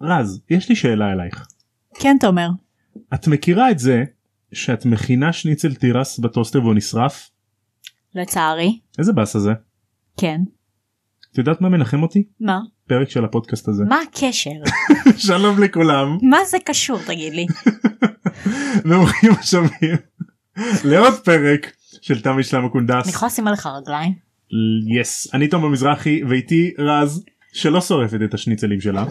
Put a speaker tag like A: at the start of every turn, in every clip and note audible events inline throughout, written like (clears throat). A: רז יש לי שאלה אלייך
B: כן תומר.
A: את מכירה את זה שאת מכינה שניצל תירס בטוסטר והוא נשרף
B: לצערי.
A: איזה באסה זה
B: כן.
A: את יודעת מה מנחם אותי
B: מה?
A: פרק של הפודקאסט הזה
B: מה הקשר?
A: (laughs)
B: (laughs)
A: שלום לכולם
B: מה זה קשור תגיד (laughs) לי?
A: ואומרים השמיר לעוד פרק של תמי שלמה קונדס
B: אני יכולה לשים עליך רגליים?
A: יס אני תומר מזרחי ואיתי רז שלא שורפת את השניצלים שלה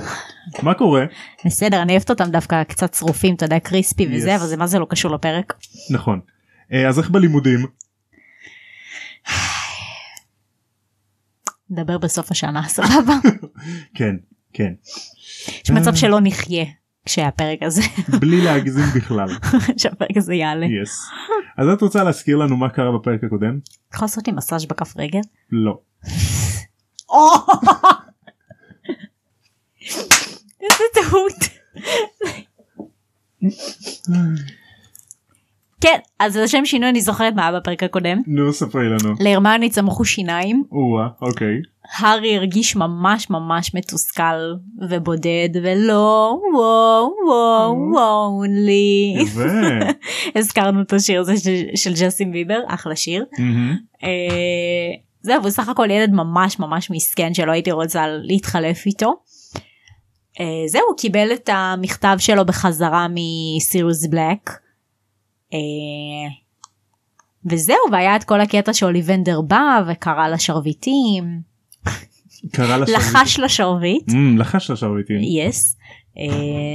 A: מה קורה
B: בסדר אני אוהבת אותם דווקא קצת שרופים אתה יודע קריספי
A: Yes.
B: וזה אבל זה מה זה לא קשור לפרק.
A: נכון אה, אז איך בלימודים
B: נדבר בסוף השנה (laughs) סבבה?
A: כן כן
B: יש מצב שלא נחיה כשהפרק הזה (laughs)
A: בלי להגזים בכלל
B: כשהפרק הזה יעלה.
A: יס אז את רוצה להזכיר לנו מה קרה בפרק הקודם
B: אתה יכול לעשות לי מסאז' בכף רגל?
A: לא
B: (laughs) איזה (laughs) טעות. כן אז לשם שינוי אני זוכרת מה היה בפרק הקודם.
A: נו ספרי לנו
B: להרמיוני צמחו שיניים,
A: או-אה, אוקיי
B: הארי הרגיש ממש ממש מתוסכל ובודד ולא וואו וואו וואו לי.
A: Mm-hmm.
B: (laughs)
A: יפה
B: הזכרנו את השיר הזה של- של ג'סטין ביבר אחלה שיר.
A: מהמם.
B: אה, זהו הוא סך הכל ילד ממש ממש מסכן שלא הייתי רוצה להתחלף איתו. אה, זהו הוא קיבל את המכתב שלו בחזרה מסיריוס בלק. אה, וזהו והיה את כל הקטע שאוליבנדר בא וקרא לשרביטים
A: קרה לה שרביט.
B: לחש לשרביט.
A: אמ, לחש לשרביטים
B: יס. אה,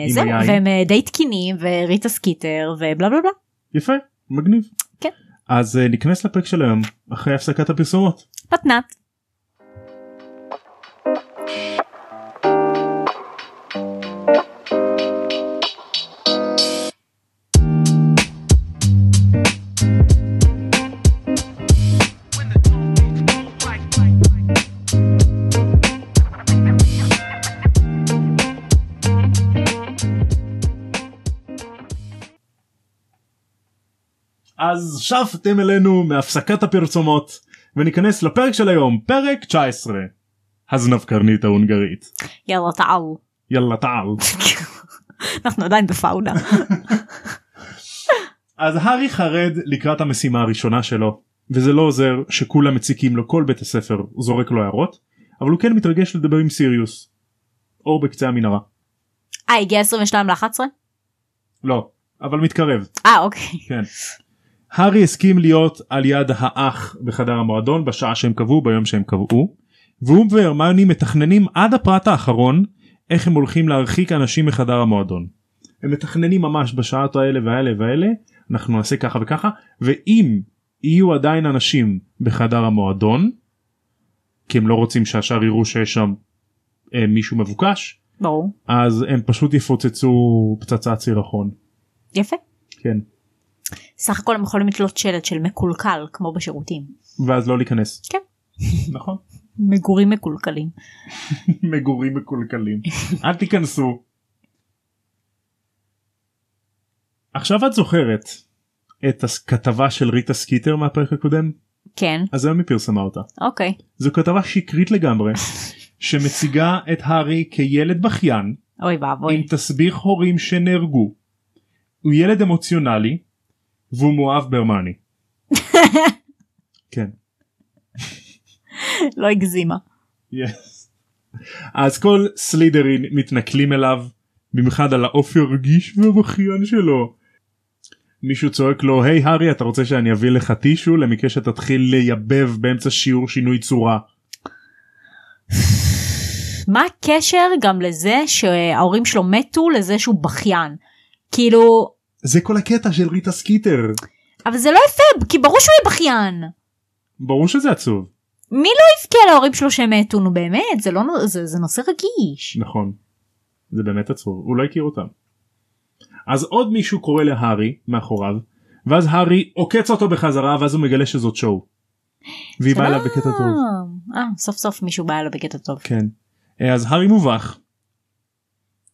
A: עם
B: זהו
A: היין.
B: והם אה, די תקינים וריטה סקיטר ובלה בלה בלה.
A: יפה מגניב
B: כן.
A: אז אה, ניכנס לפרק של היום אחרי הפסקת הפרסומות.
B: מתנת.
A: אז שבתם אלינו מהפסקת הפרסומות וניכנס לפרק של היום פרק 19 הזנב קרנית ההונגרית
B: יאללה תעל.
A: יאללה תעל
B: (laughs) אנחנו עדיין בפאונה.
A: אז הארי חרד לקראת המשימה הראשונה שלו וזה לא עוזר שכולם מציקים לו כל בית הספר זורק לו הערות אבל הוא כן מתרגש לדבר עם סיריוס. אור בקצה המנהרה
B: אה הגיע 22 ל-11?
A: לא אבל מתקרב
B: אה אוקיי.
A: כן. הארי הסכים להיות על יד האח בחדר המועדון בשעה שהם קבעו ביום שהם קבעו והוא והרמני מתכננים עד הפרט האחרון איך הם הולכים להרחיק אנשים מחדר המועדון. הם מתכננים ממש בשעות האלה והאלה והאלה אנחנו נעשה ככה וככה ואם יהיו עדיין אנשים בחדר המועדון כי הם לא רוצים שהשאר יראו שיש שם אה, מישהו מבוקש
B: ברור.
A: אז הם פשוט יפוצצו פצצת סירחון.
B: יפה.
A: כן.
B: סך הכל הם יכולים לתלות שלט של מקולקל כמו בשירותים.
A: ואז לא להיכנס.
B: כן.
A: נכון.
B: מגורים מקולקלים.
A: מגורים מקולקלים. אל תיכנסו. עכשיו את זוכרת את הכתבה של ריטה סקיטר מהפרק הקודם?
B: כן
A: אז היום היא פרסמה אותה.
B: אוקיי.
A: זו כתבה שקרית לגמרי שמציגה את הארי כילד בכיין
B: אוי
A: עם
B: ואבוי.
A: (laughs) תסביך הורים שנהרגו. הוא ילד אמוציונלי והוא מאוהב ברמני. כן.
B: לא הגזימה.
A: Yes. אז כל סלידרין מתנכלים אליו במיוחד על האופי הרגיש והבכיין שלו. מישהו צועק לו היי הארי אתה רוצה שאני אביא לך טישו למקרה שתתחיל לייבב באמצע שיעור שינוי צורה.
B: מה הקשר גם לזה שההורים שלו מתו לזה שהוא בכיין? כאילו
A: זה כל הקטע של ריטה סקיטר.
B: אבל זה לא יפה כי ברור שהוא יהיה בכיין.
A: ברור שזה עצוב.
B: מי לא יבכה להורים שלו שהם מתו נו באמת זה לא נו- זה, זה נושא רגיש.
A: נכון. זה באמת עצוב הוא לא הכיר אותם. אז עוד מישהו קורא להארי מאחוריו ואז הארי עוקץ אותו בחזרה ואז הוא מגלה שזאת שואו. והיא באה אליו בקטע טוב.
B: אה, אה, סוף סוף מישהו בא אליו בקטע טוב.
A: כן. אה, אז הארי מובך.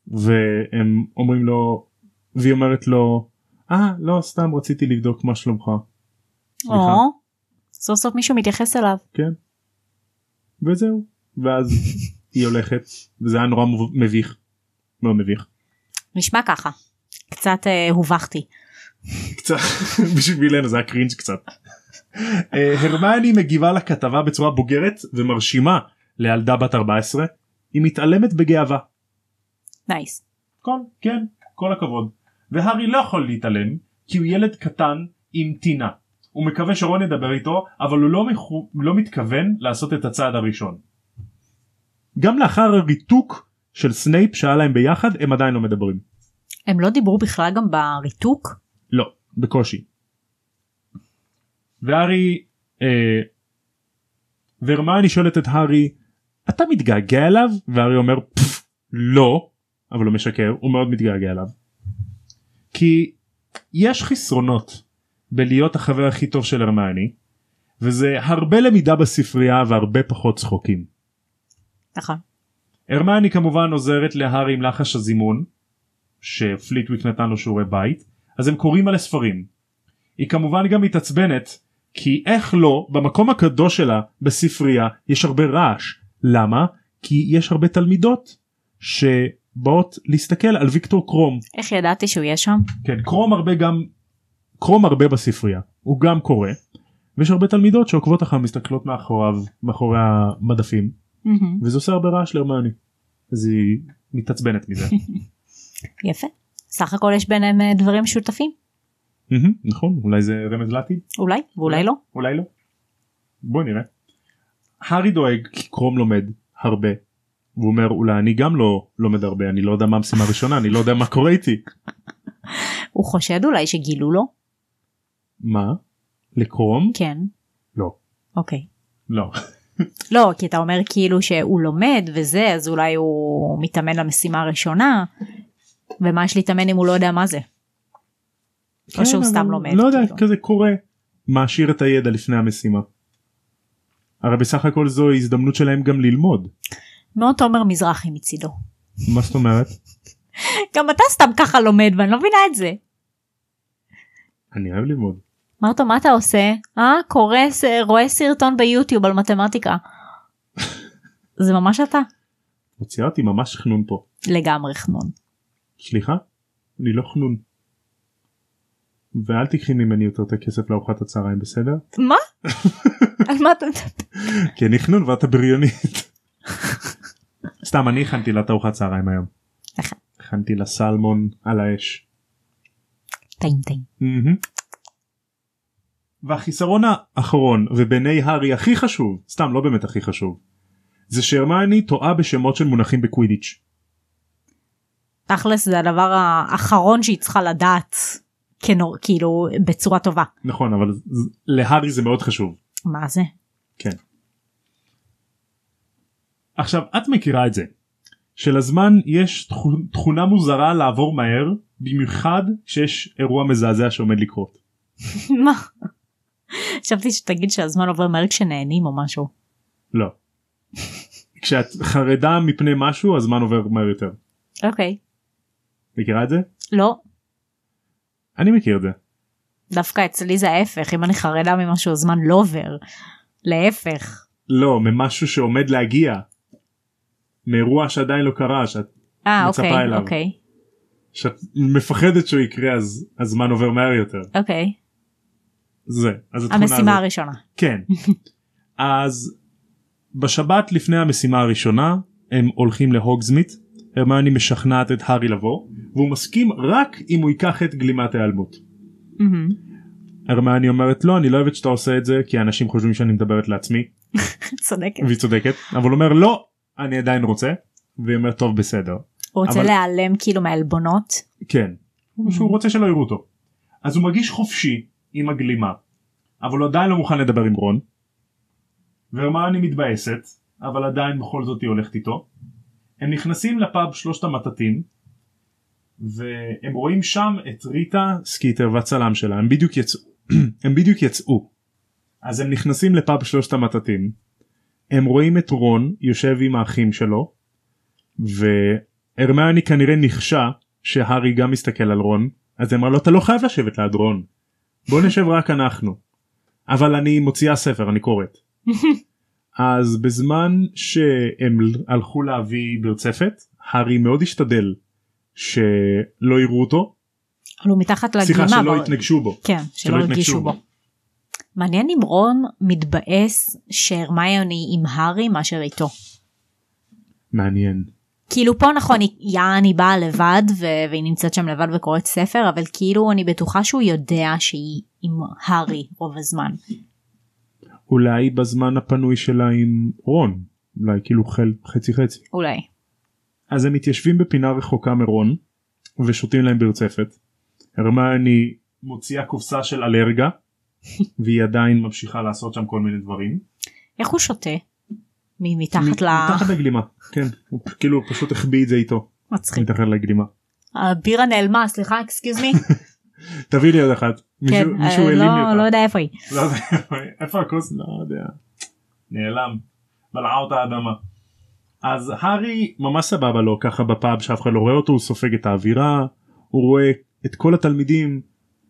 A: והם אומרים לו והיא אומרת לו אה לא סתם רציתי לבדוק מה שלומך סליחה.
B: או, סוף סוף מישהו מתייחס אליו.
A: וזהו ואז היא הולכת וזה היה נורא מוב- מביך מאוד מביך.
B: נשמע ככה. קצת אה, הובכתי.
A: (laughs) קצת בשבילנו זה היה קרינג' קצת. אה, הרמיוני מגיבה לכתבה בצורה בוגרת ומרשימה לילדה בת 14 היא מתעלמת בגאווה.
B: נייס.
A: כל כן כל הכבוד. והארי לא יכול להתעלם כי הוא ילד קטן עם טינה. הוא מקווה שרון ידבר איתו אבל הוא לא, מחו... לא מתכוון לעשות את הצעד הראשון. גם לאחר הריתוק של סנייפ שהיה להם ביחד הם עדיין לא מדברים.
B: הם לא דיברו בכלל גם בריתוק?
A: לא, בקושי. והארי, אה, והרמיוני שואלת את הארי, אתה מתגעגע אליו? והארי אומר, "פפ, לא, אבל הוא משקר, הוא מאוד מתגעגע אליו. כי יש חסרונות בלהיות החבר הכי טוב של הרמיוני, וזה הרבה למידה בספרייה והרבה פחות צחוקים.
B: נכון.
A: הרמיוני כמובן עוזרת להארי עם לחש הזימון שפליטוויק נתן לו שיעורי בית אז הם קוראים על הספרים. היא כמובן גם מתעצבנת כי איך לא במקום הקדוש שלה בספרייה יש הרבה רעש למה כי יש הרבה תלמידות שבאות להסתכל על ויקטור קרום
B: איך ידעתי שהוא יהיה שם?
A: כן קרום הרבה גם קרום הרבה בספרייה הוא גם קורא ויש הרבה תלמידות שעוקבות אחריו מסתכלות מאחוריו מאחורי המדפים
B: מהמם.
A: וזה עושה הרבה רעש להרמיוני אז היא מתעצבנת
B: (laughs)
A: מזה.
B: יפה. סך הכל יש ביניהם אה, דברים משותפים?
A: מהמם, נכון אולי זה רמז לעתיד
B: אולי, ואולי לא.
A: אולי לא. בוא נראה. הארי דואג כי קרום לומד הרבה. והוא אומר אולי אני גם לא לומד הרבה אני לא יודע מה המשימה הראשונה אני לא יודע מה קורה איתי.
B: הוא חושד אולי שגילו לו?
A: מה? לקרום?
B: כן.
A: לא.
B: אוקיי.
A: לא.
B: לא, כי אתה אומר כאילו שהוא לומד וזה, אז אולי הוא מתאמן למשימה הראשונה, ומה יש להתאמן אם הוא לא יודע מה זה? או שהוא
A: כן,
B: סתם
A: אבל
B: לומד.
A: לא יודע
B: כאילו.
A: כזה קורה. מעשיר את הידע לפני המשימה. הרי בסך הכל זו הזדמנות שלהם גם ללמוד.
B: מאוד תומר מזרחי מצידו.
A: מה זאת אומרת?
B: גם אתה סתם ככה לומד ואני לא מבינה את זה.
A: אני אוהב ללמוד.
B: אמרת מה אתה עושה? אה? קורא, ס- רואה סרטון ביוטיוב על מתמטיקה. זה ממש אתה.
A: מוציאה אותי ממש חנון פה.
B: לגמרי חנון.
A: סליחה? אני לא חנון. ואל תיקחי ממני יותר את הכסף לארוחת הצהריים בסדר?
B: מה? על מה אתה מדבר?
A: כי אני חנון ואתה בריונית. סתם אני הכנתי לה את ארוחת צהריים היום.
B: נכון.
A: הכנתי לה סלמון על האש.
B: טעים טעים.
A: מהמם. והחיסרון האחרון ובעיני הארי הכי חשוב סתם לא באמת הכי חשוב זה שהרמיוני טועה בשמות של מונחים בקווידיץ'
B: תכלס זה הדבר האחרון שהיא צריכה לדעת כנור, כאילו בצורה טובה.
A: נכון אבל ז- להארי זה מאוד חשוב
B: מה זה? (laughs)
A: כן. עכשיו את מכירה את זה שלזמן יש תכו- תכונה מוזרה לעבור מהר במיוחד כשיש אירוע מזעזע שעומד לקרות.
B: מה? חשבתי שתגיד שהזמן עובר מהר כשנהנים או משהו.
A: לא. (laughs) כשאת חרדה מפני משהו הזמן עובר מהר יותר.
B: אוקיי.
A: מכירה את זה?
B: לא,
A: אני מכיר את זה.
B: דווקא אצלי זה ההפך, אם אני חרדה ממשהו הזמן לא עובר. להפך.
A: לא ממשהו שעומד להגיע. מאירוע שעדיין לא קרה שאת,
B: אה,
A: מצפה
B: אוקיי,
A: אליו.
B: אוקיי,
A: שאת מפחדת שהוא יקרה אז הזמן עובר מהר יותר.
B: אוקיי.
A: זה. אז התכונה הזאת.
B: המשימה הראשונה.
A: כן. אז בשבת לפני המשימה הראשונה הם הולכים להוגזמית, הרמיוני משכנעת את הארי לבוא, והוא מסכים רק אם הוא ייקח את גלימת ההיעלמות.
B: מהמם.
A: הרמיוני אומרת לא אני לא אוהבת שאתה עושה את זה כי אנשים חושבים שאני מדברת לעצמי
B: (laughs) צודקת.
A: והיא צודקת אבל הוא אומר לא אני עדיין רוצה והיא אומרת טוב בסדר
B: הוא רוצה
A: אבל-
B: להיעלם כאילו מהעלבונות.
A: כן
B: Mm.
A: שהוא רוצה שלא יראו אותו אז הוא מרגיש חופשי עם הגלימה אבל הוא עדיין לא מוכן לדבר עם רון והרמיוני מתבאסת אבל עדיין בכל זאת היא הולכת איתו הם נכנסים לפאב שלושת המטאטים והם רואים שם את ריטה סקיטר והצלם שלה הם בדיוק יצאו (clears throat) הם בדיוק יצאו אז הם נכנסים לפאב שלושת המטאטים הם רואים את רון יושב עם האחים שלו והרמיוני כנראה נחשה שהארי גם מסתכל על רון אז היא אמרה לו אתה לא חייב לשבת ליד רון בוא נשב רק אנחנו אבל אני מוציאה ספר אני קוראת אז בזמן שהם הלכו להביא ברצפת הארי מאוד השתדל שלא יראו אותו,
B: אבל הוא מתחת לגלימה.
A: סליחה שלא
B: אבל-
A: יתנגשו בו.
B: כן, שלא הרגישו בו. מעניין אם רון מתבאס שהרמיוני עם הארי מאשר איתו.
A: מעניין.
B: כאילו פה נכון היא- יען היא באה לבד ו- והיא נמצאת שם לבד וקוראת ספר אבל כאילו אני בטוחה שהוא יודע שהיא עם הארי רוב הזמן.
A: אולי בזמן הפנוי שלה עם רון, אולי כאילו חל- חצי חצי.
B: אולי.
A: אז הם מתיישבים בפינה רחוקה מרון ושותים להם ברצפת. הרמני מוציאה קופסה של (laughs) אלרגה והיא עדיין ממשיכה לעשות שם כל מיני דברים.
B: איך הוא שותה? מ- מתחת ל...
A: מתחת לגלימה, כן, הוא פ- כאילו הוא פשוט החביא את זה איתו
B: מצחיק.
A: מתחת לגלימה.
B: הבירה נעלמה סליחה אקסקיוז מי.
A: תביא לי עוד אחת. מישהו-
B: כן, אה,
A: מישהו העלים לי
B: לא-
A: אותה.
B: לא יודע איפה היא.
A: לא יודע, איפה הכוס? לא יודע. נעלם. בלעה אותה האדמה. אז הארי ממש סבבה לו ככה בפאב שאף אחד לא רואה אותו הוא סופג את האווירה הוא רואה את כל התלמידים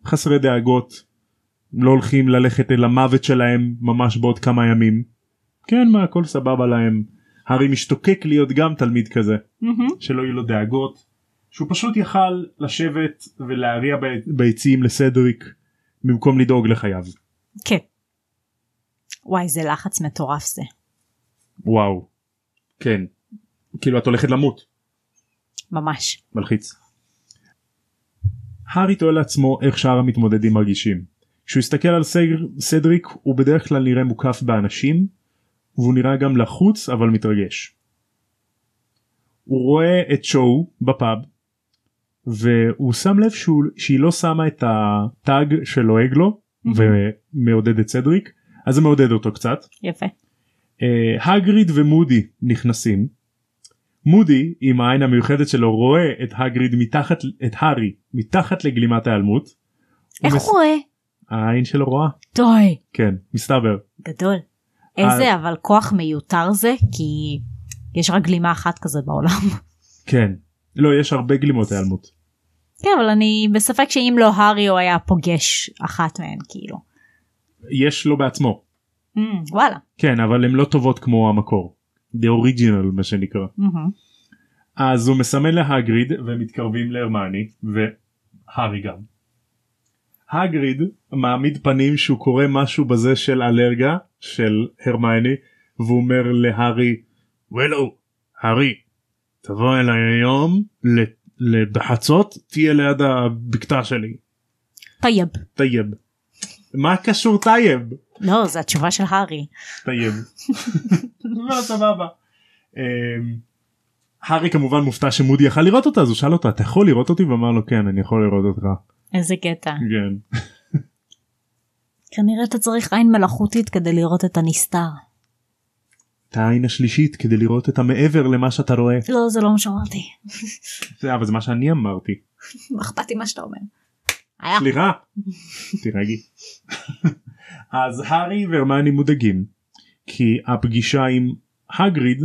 A: חסרי דאגות לא הולכים ללכת אל המוות שלהם ממש בעוד כמה ימים. כן מה הכל סבבה להם. הארי משתוקק להיות גם תלמיד כזה
B: מהמם.
A: שלא יהיו לו דאגות שהוא פשוט יכל לשבת ולהריע ב- ביציעים לסדריק במקום לדאוג לחייו.
B: כן. וואי זה לחץ מטורף זה.
A: וואו. כן. כאילו את הולכת למות.
B: ממש.
A: מלחיץ. הארי תוהה לעצמו איך שאר המתמודדים מרגישים. כשהוא הסתכל על סגר, סדריק הוא בדרך כלל נראה מוקף באנשים והוא נראה גם לחוץ אבל מתרגש. הוא רואה את שואו בפאב והוא שם לב שהוא, שהיא לא שמה את הטאג שלועג לו ומעודד את סדריק אז זה מעודד אותו קצת.
B: יפה.
A: אה, הגריד ומודי נכנסים. מודי עם העין המיוחדת שלו רואה את הגריד מתחת את הארי מתחת לגלימת ההיעלמות.
B: איך
A: הוא מס-
B: הוא רואה?
A: העין שלו רואה?
B: טוי.
A: כן מסתבר.
B: גדול. איזה אבל כוח מיותר זה כי יש רק גלימה אחת כזה בעולם. (laughs)
A: כן. לא יש הרבה גלימות היעלמות.
B: כן אבל אני בספק שאם לא הארי הוא היה פוגש אחת מהן כאילו.
A: יש לו בעצמו.
B: Mm, וואלה.
A: כן אבל הן לא טובות כמו המקור. The original מה שנקרא.
B: מהמם.
A: אז הוא מסמן להגריד והם מתקרבים להרמני והארי גם. הגריד מעמיד פנים שהוא קורא משהו בזה של אלרגה של הרמני והוא אומר להארי ולו הארי תבוא אליי היום ל- ל- בחצות תהיה ליד הבקתה שלי
B: טייב.
A: טייב. מה קשור טייב?
B: לא זה התשובה של הארי.
A: טייב. לא סבבה. אמ, הארי כמובן מופתע שמודי יכל לראות אותה אז הוא שאל אותה אתה יכול לראות אותי ואמר לו כן אני יכול לראות אותך.
B: איזה קטע.
A: כן.
B: כנראה אתה צריך עין מלאכותית כדי לראות את הנסתר.
A: את העין השלישית כדי לראות את המעבר למה שאתה רואה.
B: לא זה לא מה שאמרתי.
A: זה אבל זה מה שאני אמרתי.
B: מה אכפת לי מה שאתה אומר. היה.
A: סליחה. תירגעי. אז הארי והרמני מודאגים כי הפגישה עם הגריד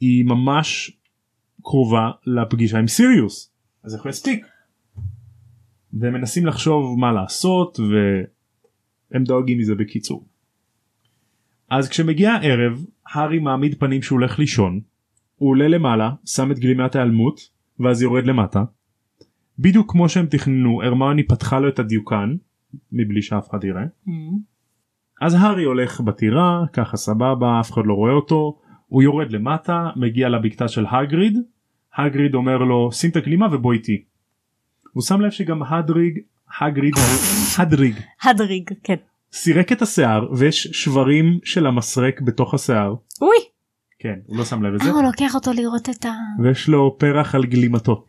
A: היא ממש קרובה לפגישה עם סיריוס אז איך הוא יספיק? והם מנסים לחשוב מה לעשות והם דואגים מזה בקיצור. אז כשמגיע הערב הארי מעמיד פנים שהוא הולך לישון הוא עולה למעלה שם את גלימת ההיעלמות ואז יורד למטה. בדיוק כמו שהם תכננו הרמני פתחה לו את הדיוקן מבלי שאף אחד יראה.
B: מהמם.
A: אז הארי הולך בטירה ככה סבבה אף אחד לא רואה אותו הוא יורד למטה מגיע לבקתה של הגריד הגריד אומר לו שים את הגלימה ובוא איתי. הוא שם לב שגם הדריג הגריד הדריג
B: הדריג. כן.
A: סירק את השיער ויש שברים של המסרק בתוך השיער
B: אוי.
A: כן הוא לא שם לב
B: אה,
A: לזה
B: הוא לוקח אותו לראות את ה...
A: ויש לו פרח על גלימתו.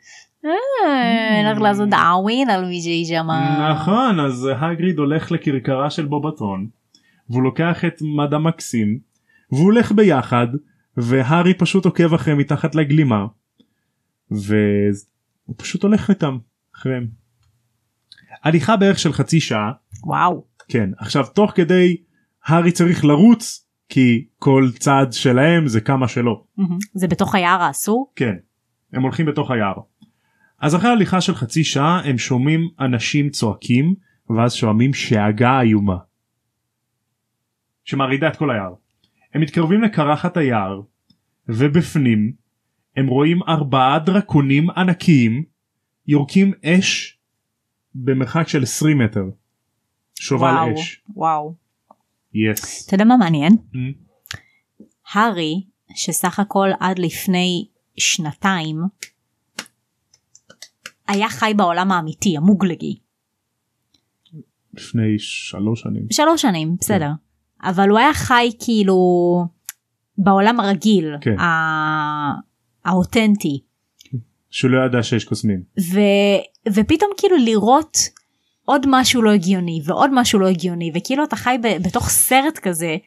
B: אה, הולך לעשות דאווין על מי שהיא שמה.
A: Mm. נכון אז הגריד הולך לכרכרה של בובטון והוא לוקח את מדה מקסים והוא הולך ביחד והארי פשוט עוקב אחריהם מתחת לגלימה והוא פשוט הולך איתם אחריהם. הליכה בערך של חצי שעה
B: וואו.
A: כן עכשיו תוך כדי הארי צריך לרוץ כי כל צעד שלהם זה כמה שלו
B: מהמם. זה בתוך היער האסור?
A: כן הם הולכים בתוך היער. אז אחרי הליכה של חצי שעה הם שומעים אנשים צועקים ואז שומעים שאגה איומה. שמרעידה את כל היער. הם מתקרבים לקרחת היער ובפנים הם רואים ארבעה דרקונים ענקיים יורקים אש במרחק של 20 מטר. שובל
B: וואו,
A: אש.
B: וואו.
A: יס.
B: אתה יודע מה מעניין?
A: Mm.
B: הארי, שסך הכל עד לפני שנתיים, היה חי בעולם האמיתי, המוגלגי.
A: לפני שלוש שנים.
B: שלוש
A: כן.
B: שנים, בסדר. אבל הוא היה חי כאילו בעולם הרגיל,
A: כן.
B: ה- האותנטי.
A: שהוא לא ידע שיש קוסמים.
B: ו, ופתאום כאילו לראות עוד משהו לא הגיוני ועוד משהו לא הגיוני וכאילו אתה חי ב, בתוך סרט כזה.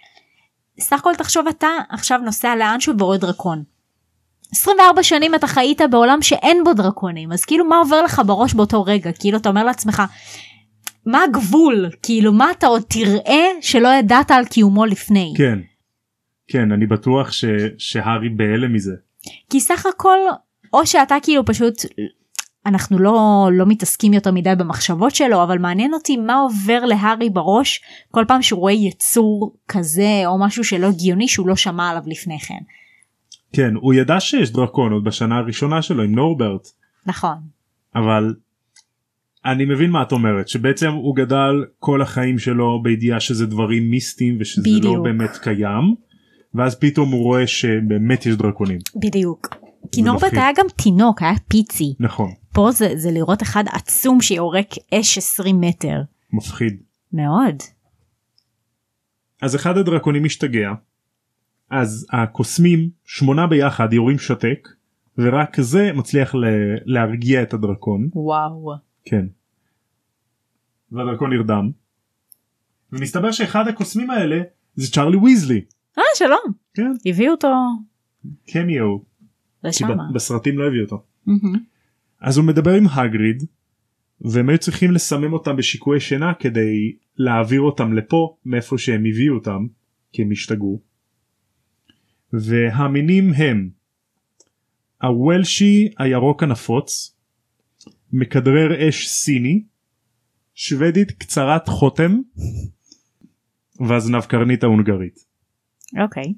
B: סך הכל תחשוב אתה עכשיו נוסע לאנשהו ורואה דרקון. 24 שנים אתה חיית בעולם שאין בו דרקונים אז כאילו מה עובר לך בראש באותו רגע כאילו אתה אומר לעצמך מה הגבול כאילו מה אתה עוד תראה שלא ידעת על קיומו לפני
A: כן. כן אני בטוח ש... שהארי בהלם מזה.
B: כי סך הכל או שאתה כאילו פשוט אנחנו לא לא מתעסקים יותר מדי במחשבות שלו אבל מעניין אותי מה עובר להארי בראש כל פעם שהוא רואה יצור כזה או משהו שלא הגיוני שהוא לא שמע עליו לפני כן
A: כן הוא ידע שיש דרקון עוד בשנה הראשונה שלו עם נורברט
B: נכון
A: אבל אני מבין מה את אומרת שבעצם הוא גדל כל החיים שלו בידיעה שזה דברים מיסטיים ושזה לא
B: בדיוק.
A: באמת קיים ואז פתאום הוא רואה שבאמת יש דרקונים
B: בדיוק כי
A: זה
B: נורבט
A: מפחיד.
B: היה גם תינוק היה פיצי
A: נכון
B: פה זה, זה לראות אחד עצום שיורק אש 20 מטר
A: מפחיד
B: מאוד
A: אז אחד הדרקונים השתגע אז הקוסמים שמונה ביחד יורים שתק ורק זה מצליח ל- להרגיע את הדרקון
B: וואו
A: כן. והדרקון נרדם. ומסתבר שאחד הקוסמים האלה זה צ'ארלי ויזלי.
B: אה שלום
A: כן.
B: הביאו אותו
A: קמיו. כי ב-
B: לשמה
A: בסרטים לא הביאו אותו.
B: מהמם.
A: אז הוא מדבר עם הגריד. והם היו צריכים לסמם אותם בשיקויי שינה כדי להעביר אותם לפה מאיפה שהם הביאו אותם כי הם השתגעו. והמינים הם הוולשי הירוק הנפוץ, מכדרר אש סיני, שוודית קצרת חותם והזנב קרנית ההונגרית.
B: אוקיי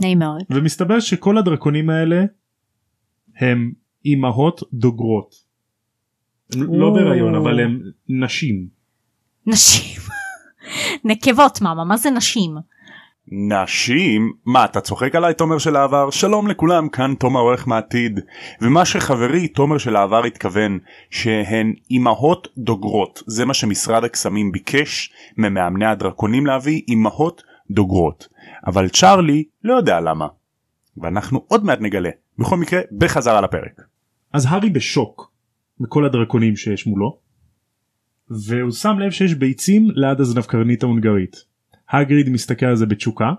B: נעים מאוד
A: ומסתבר שכל הדרקונים האלה הם אימהות דוגרות. הם לא
B: או.
A: בהיריון אבל הם נשים.
B: נשים. נקבות מאמה, מה זה נשים?
C: נשים? מה, אתה צוחק עליי תומר של העבר? שלום לכולם, כאן תומר עורך מהעתיד. ומה שחברי תומר של העבר התכוון, שהן אימהות דוגרות. זה מה שמשרד הקסמים ביקש ממאמני הדרקונים להביא, אימהות דוגרות. אבל צ'ארלי לא יודע למה. ואנחנו עוד מעט נגלה. בכל מקרה, בחזרה לפרק.
A: אז הארי בשוק מכל הדרקונים שיש מולו והוא שם לב שיש ביצים ליד הזנב קרנית ההונגרית. הגריד מסתכל על זה בתשוקה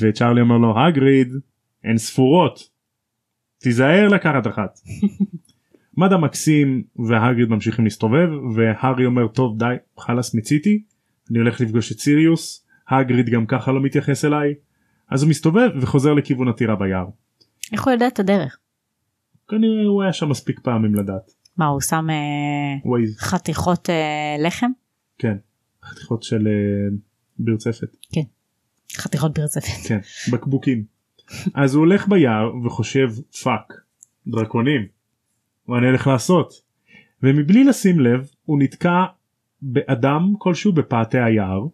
A: וצ'ארלי אומר לו הגריד הן ספורות תיזהר לקחת אחת. (laughs) מד המקסים והגריד ממשיכים להסתובב והארי אומר טוב די חלאס מיציתי אני הולך לפגוש את סיריוס הגריד גם ככה לא מתייחס אליי אז הוא מסתובב וחוזר לכיוון הטירה ביער.
B: איך הוא יודע את הדרך?
A: כנראה הוא היה שם מספיק פעמים לדעת.
B: מה הוא שם אה,
A: ווייז
B: חתיכות אה, לחם?
A: כן חתיכות של אה, ברצפת
B: חתיכות ברצפת.
A: כן בקבוקים אז הוא הולך ביער וחושב פאק דרקונים מה אני הולך לעשות ומבלי לשים לב הוא נתקע באדם כלשהו בפאתי היער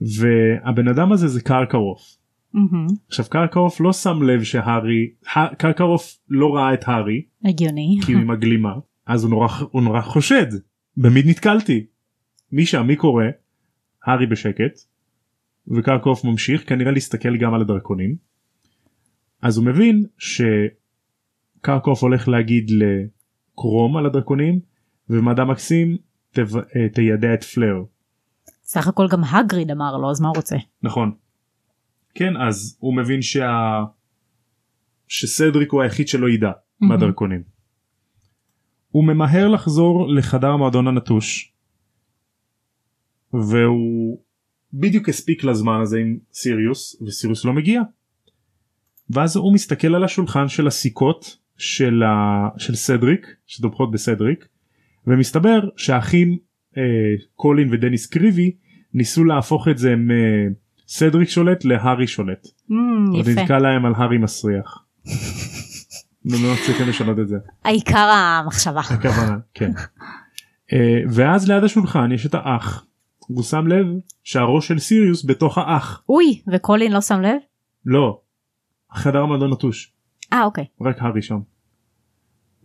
A: והבן אדם הזה זה קרקרוף
B: מהמם.
A: עכשיו קרקרוף לא שם לב שהארי ה- קרקרוף לא ראה את הארי
B: הגיוני.
A: כי הוא עם הגלימה אז הוא נורא, הוא נורא חושד במי נתקלתי. מי שם מי קורא? הארי בשקט וקרקוף ממשיך כנראה להסתכל גם על הדרקונים. אז הוא מבין שקרקוף הולך להגיד לקרום על הדרקונים ומדע מקסים תב... אה, תיידע את פלר.
B: סך הכל גם הגריד אמר לו אז מה הוא רוצה?
A: נכון. כן אז הוא מבין שה... שסדריק הוא היחיד שלא ידע
B: מהמם.
A: מהדרכונים. הוא ממהר לחזור לחדר המועדון הנטוש. והוא בדיוק הספיק לזמן הזה עם סיריוס וסיריוס לא מגיע. ואז הוא מסתכל על השולחן של הסיכות של, ה... של סדריק שדובחות בסדריק ומסתבר שהאחים אה, קולין ודניס קריבי ניסו להפוך את זה מ... סדריק שולט להארי שולט.
B: אמ,
A: עוד
B: יפה.
A: נתקע להם על הארי מסריח. הם לא מצליחים לשנות את זה.
B: העיקר המחשבה.
A: הכוונה, כן. אה, ואז ליד השולחן יש את האח. הוא שם לב שהראש של סיריוס בתוך האח.
B: אוי, וקולין לא שם לב?
A: לא. חדר המועדון נטוש.
B: אה, אוקיי.
A: רק הארי שם.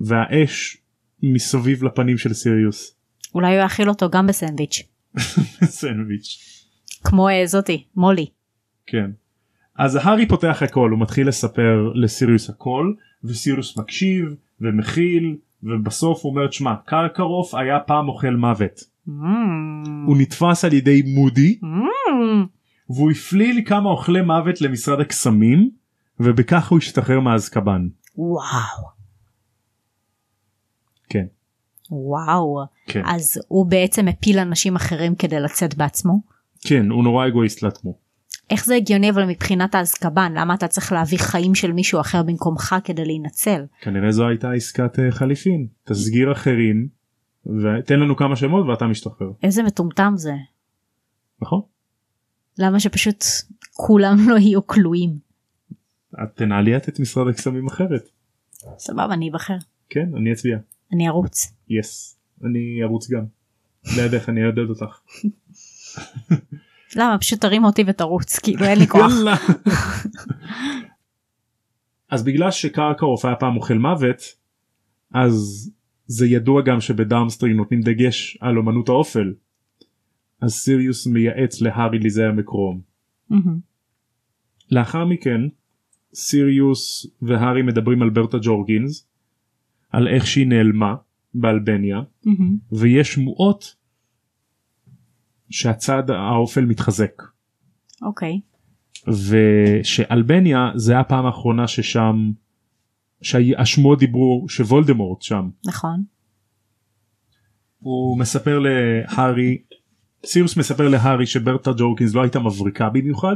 A: והאש מסביב לפנים של סיריוס. (laughs)
B: אולי הוא יאכיל אותו גם בסנדוויץ'.
A: סנדוויץ'.
B: כמו אה, זאתי, מולי.
A: כן. אז הארי פותח הכל הוא מתחיל לספר לסיריוס הכל וסיריוס מקשיב ומכיל ובסוף הוא אומר תשמע קרקרוף היה פעם אוכל מוות
B: אמ,
A: הוא נתפס על ידי מודי
B: אמ,
A: והוא הפליל כמה אוכלי מוות למשרד הקסמים ובכך הוא השתחרר מאזקבן
B: וואו.
A: כן
B: וואו.
A: כן
B: אז הוא בעצם הפיל אנשים אחרים כדי לצאת בעצמו?
A: כן הוא נורא אגואיסט לעצמו
B: איך זה הגיוני אבל מבחינת האזקבן למה אתה צריך להביא חיים של מישהו אחר במקומך כדי להינצל
A: כנראה זו הייתה עסקת אה, חליפין תסגיר אחרים ותן לנו כמה שמות ואתה משתחרר
B: איזה מטומטם זה
A: נכון
B: למה שפשוט כולם לא יהיו כלואים
A: את תנהלי את את משרד הקסמים אחרת
B: סבבה אני אבחר
A: כן אני אצביע.
B: אני ארוץ
A: יס אני ארוץ גם. לידך אני אעודד אותך.
B: למה פשוט תרים אותי ותרוץ כאילו אין לי כוח
A: יאללה. אז בגלל שקרקרוף היה פעם אוכל מוות אז זה ידוע גם שבדארמסטרינג נותנים דגש על אומנות האופל. אז סיריוס מייעץ להארי להיזהר מקרום.
B: מהמם.
A: לאחר מכן סיריוס והארי מדברים על ברטה ג'ורגינס על איך שהיא נעלמה באלבניה
B: מהמם.
A: ויש שמועות שהצד האופל מתחזק
B: אוקיי
A: ושאלבניה זה הפעם האחרונה ששם שהשמועות דיברו שוולדמורט שם
B: נכון
A: הוא מספר להארי סיריוס מספר להארי שברטה ג'ורקינס לא הייתה מבריקה במיוחד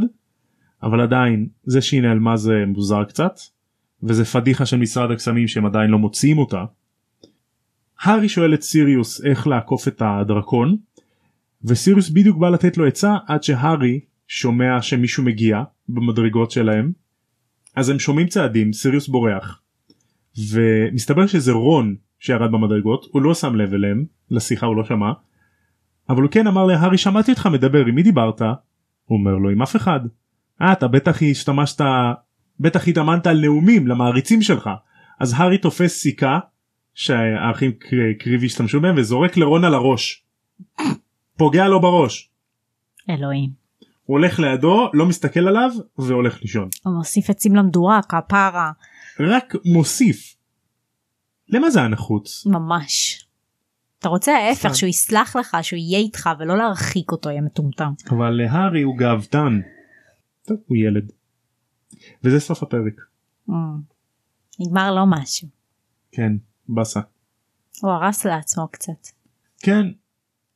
A: אבל עדיין זה שהיא נעלמה זה מוזר קצת וזה פדיחה של משרד הקסמים שהם עדיין לא מוציאים אותה. הארי שואל את סיריוס איך לעקוף את הדרקון וסיריוס בדיוק בא לתת לו עצה עד שהארי שומע שמישהו מגיע במדרגות שלהם אז הם שומעים צעדים סיריוס בורח ומסתבר שזה רון שירד במדרגות הוא לא שם לב אליהם לשיחה הוא לא שמע אבל הוא כן אמר להארי שמעתי אותך מדבר עם מי דיברת? הוא אומר לו עם אף אחד. אה אתה בטח השתמשת בטח התאמנת על נאומים למעריצים שלך אז הארי תופס סיכה שהאחים קר- קריב השתמשו בהם וזורק לרון על הראש. פוגע לו בראש.
B: אלוהים
A: הוא הולך לידו לא מסתכל עליו והולך לישון.
B: הוא מוסיף עצים למדורה כפרה
A: רק מוסיף. למה זה היה נחוץ?
B: ממש. אתה רוצה ההפך
A: סתם.
B: שהוא יסלח לך שהוא יהיה איתך ולא להרחיק אותו יהיה מטומטם.
A: אבל להארי הוא גאוותן. טוב, הוא ילד. וזה סוף הפרק.
B: אמ. נגמר לא משהו.
A: כן, באסה.
B: הוא הרס לעצמו קצת.
A: כן,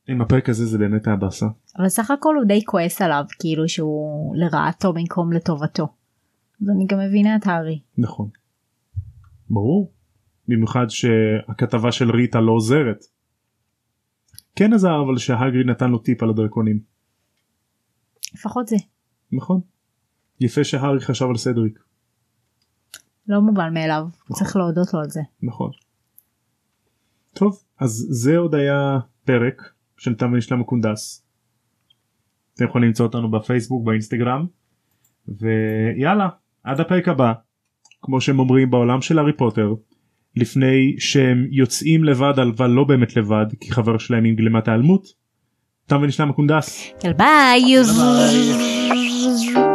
A: עם הפרק הזה זה באמת היה באסה.
B: אבל סך הכל הוא די כועס עליו כאילו שהוא לרעתו במקום לטובתו. אז אני גם מבינה את הארי.
A: נכון. ברור. במיוחד שהכתבה של ריטה לא עוזרת. כן עזר אבל שהגרי נתן לו טיפ על הדרקונים.
B: לפחות זה
A: נכון. יפה שהארי חשב על סדריק.
B: לא מובן מאליו צריך להודות לו על זה.
A: נכון. טוב אז זה עוד היה פרק של תם ונשלם הקונדס. אתם יכולים למצוא אותנו בפייסבוק באינסטגרם ויאללה עד הפרק הבא כמו שהם אומרים בעולם של הארי פוטר לפני שהם יוצאים לבד אבל לא באמת לבד כי חבר שלהם עם גלימת ההיעלמות תם ונשלם הקונדס.
B: יאללה, ביי.